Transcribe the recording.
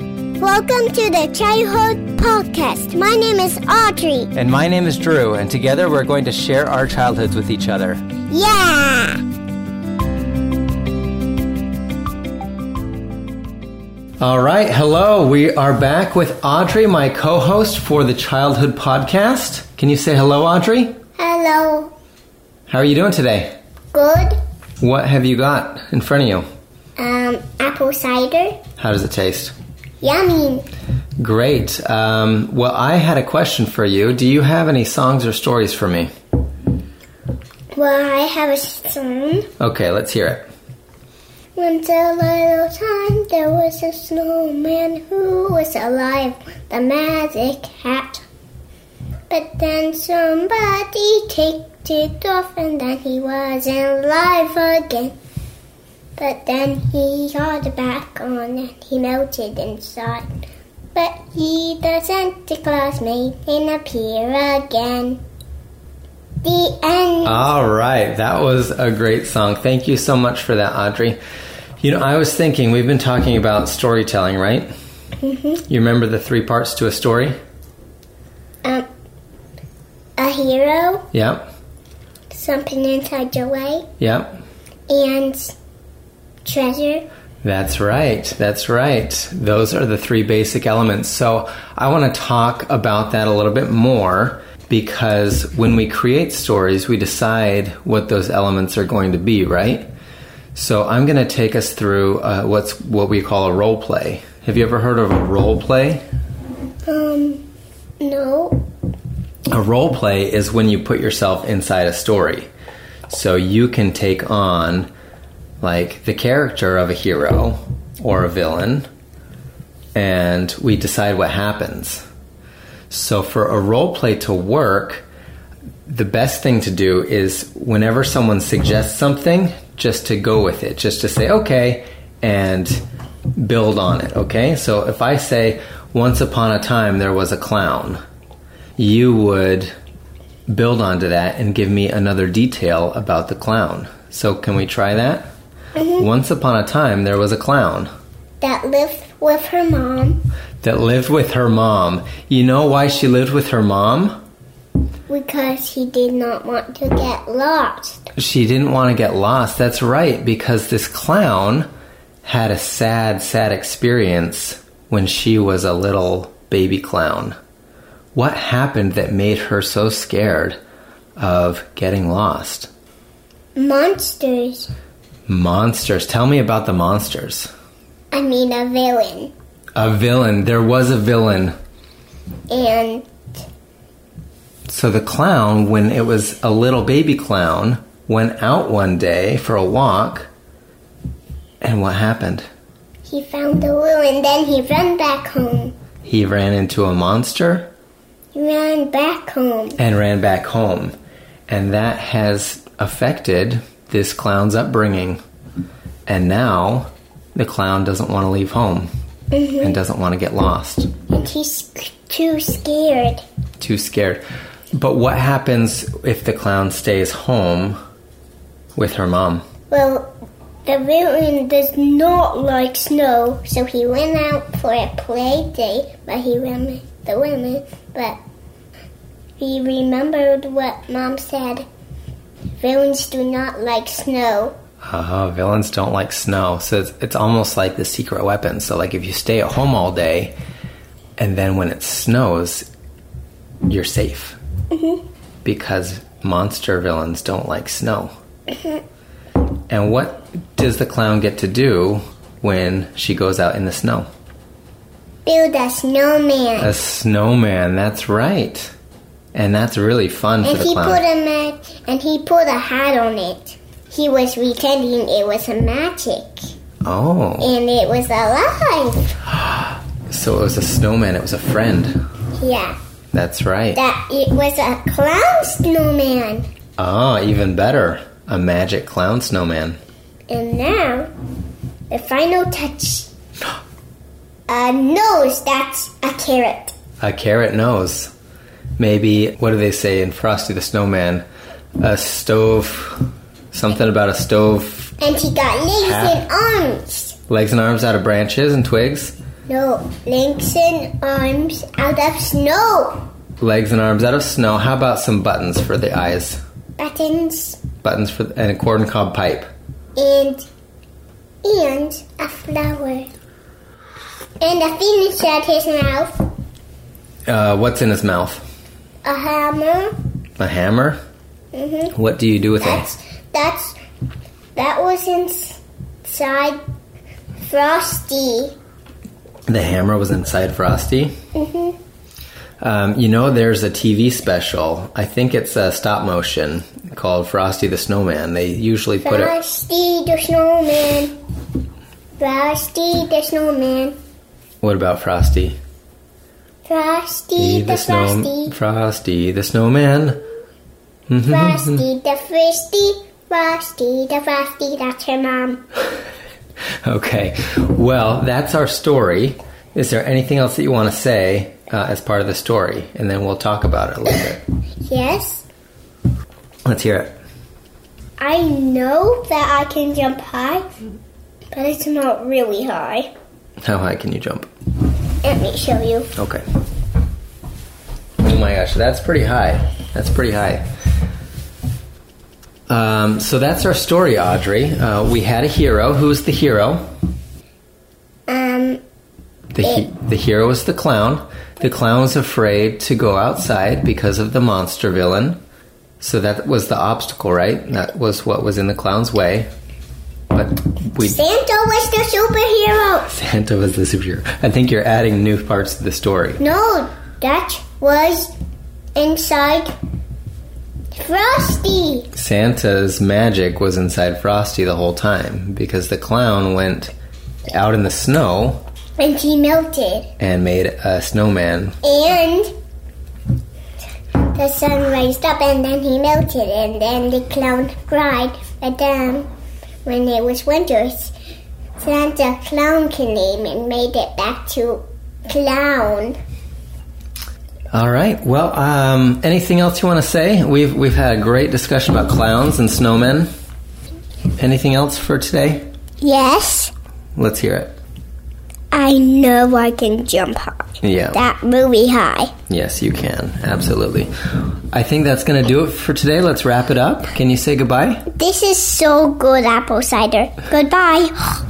Welcome to the Childhood Podcast. My name is Audrey. And my name is Drew, and together we're going to share our childhoods with each other. Yeah! All right, hello. We are back with Audrey, my co host for the Childhood Podcast. Can you say hello, Audrey? Hello. How are you doing today? Good. What have you got in front of you? Um, apple cider. How does it taste? Yummy. Great. Um, well, I had a question for you. Do you have any songs or stories for me? Well, I have a song. Okay, let's hear it. Once a little time, there was a snowman who was alive, the magic hat. But then somebody kicked it off, and then he wasn't alive again. But then he got back on, and he melted inside. But he, the Santa Claus, made him appear again. The end. All right, that was a great song. Thank you so much for that, Audrey. You know, I was thinking we've been talking about storytelling, right? Mhm. You remember the three parts to a story? Um, a hero. Yep, something inside your way, yep. and treasure. That's right. That's right. Those are the three basic elements. So I want to talk about that a little bit more because when we create stories, we decide what those elements are going to be, right? So I'm going to take us through uh, what's what we call a role play. Have you ever heard of a role play? Um, no. A role play is when you put yourself inside a story. So you can take on like the character of a hero or a villain and we decide what happens. So for a role play to work, the best thing to do is whenever someone suggests something, just to go with it, just to say okay and build on it, okay? So if I say once upon a time there was a clown, you would build onto that and give me another detail about the clown. So, can we try that? Once upon a time, there was a clown That lived with her mom that lived with her mom. You know why she lived with her mom? because he did not want to get lost. She didn't want to get lost. That's right, because this clown had a sad, sad experience when she was a little baby clown. What happened that made her so scared of getting lost? Monsters. Monsters. Tell me about the monsters. I mean, a villain. A villain. There was a villain. And So the clown, when it was a little baby clown, went out one day for a walk. And what happened? he found the will, and then he ran back home. He ran into a monster He ran back home. and ran back home. And that has affected this clown's upbringing. And now the clown doesn't want to leave home Mm-hmm. and doesn't want to get lost. And he's sc- too scared. too scared. But what happens if the clown stays home with her mom? Well, the villain does not like snow, so he went out for a play day, but he remembered the women, but he remembered what mom said. Villains do not like snow. Oh, villains don't like snow. So it's, it's almost like the secret weapon. So, like, if you stay at home all day and then when it snows, you're safe. Because monster villains don't like snow. and what does the clown get to do when she goes out in the snow? Build a snowman. A snowman, that's right. And that's really fun and for the he clown. put a ma- and he put a hat on it. He was pretending it was a magic, Oh, and it was alive. so it was a snowman. It was a friend. Yeah, That's right. that it was a clown snowman. Ah, even better. A magic clown snowman. And now, the final touch. A nose that's a carrot. A carrot nose. Maybe, what do they say in Frosty the Snowman? A stove. Something about a stove. And he got legs Huh? and arms. Legs and arms out of branches and twigs. No, legs and arms out of snow. Legs and arms out of snow. How about some buttons for the eyes? Buttons Buttons for and a corncob pipe. and and a flower. And a finish at his mouth. Uh, what's in his mouth? A hammer. A hammer. Mm-hmm. What do you do with it? That's that's that was inside Frosty. The hammer was inside Frosty. Mhm. Um, you know, there's a TV special. I think it's a stop motion called Frosty the Snowman. They usually put it. Frosty the snowman. Frosty the snowman. What about Frosty? Frosty the, snow- frosty. Frosty the Snowman. Frosty Mm-hmm. the frosty. Frosty the frosty. That's her mom. Okay. Well, that's our story. Is there anything else that you want to say uh, as part of the story? And then we'll talk about it a little bit. Yes, Let's hear it. I know that I can jump high, but it's not really high. How high can you jump? Let me show you. Okay. Oh my gosh, that's pretty high. That's pretty high. Um, so that's our story, Audrey. Uh, we had a hero. Who's the hero? Um, The, he- the hero is the clown. The clown was afraid to go outside because of the monster villain. So that was the obstacle, right? That was what was in the clown's way. But we Santa was the superhero. Santa was the superhero. I think you're adding new parts to the story. No, that was inside Frosty. Santa's magic was inside Frosty the whole time because the clown went out in the snow And he melted. and made a snowman. And the sun raised up and then he melted. And then the clown cried. But then, when it was winter, S- Santa Clown came and made it back to Clown. All right. Well, um, anything else you want to say? We've we've had a great discussion about clowns and snowmen. Anything else for today? Yes, Let's hear it. I know I can jump high. Yeah. That really high. Yes, you can. Absolutely. I think that's going to do it for today. Let's wrap it up. Can you say goodbye? This is so good, apple cider. Goodbye.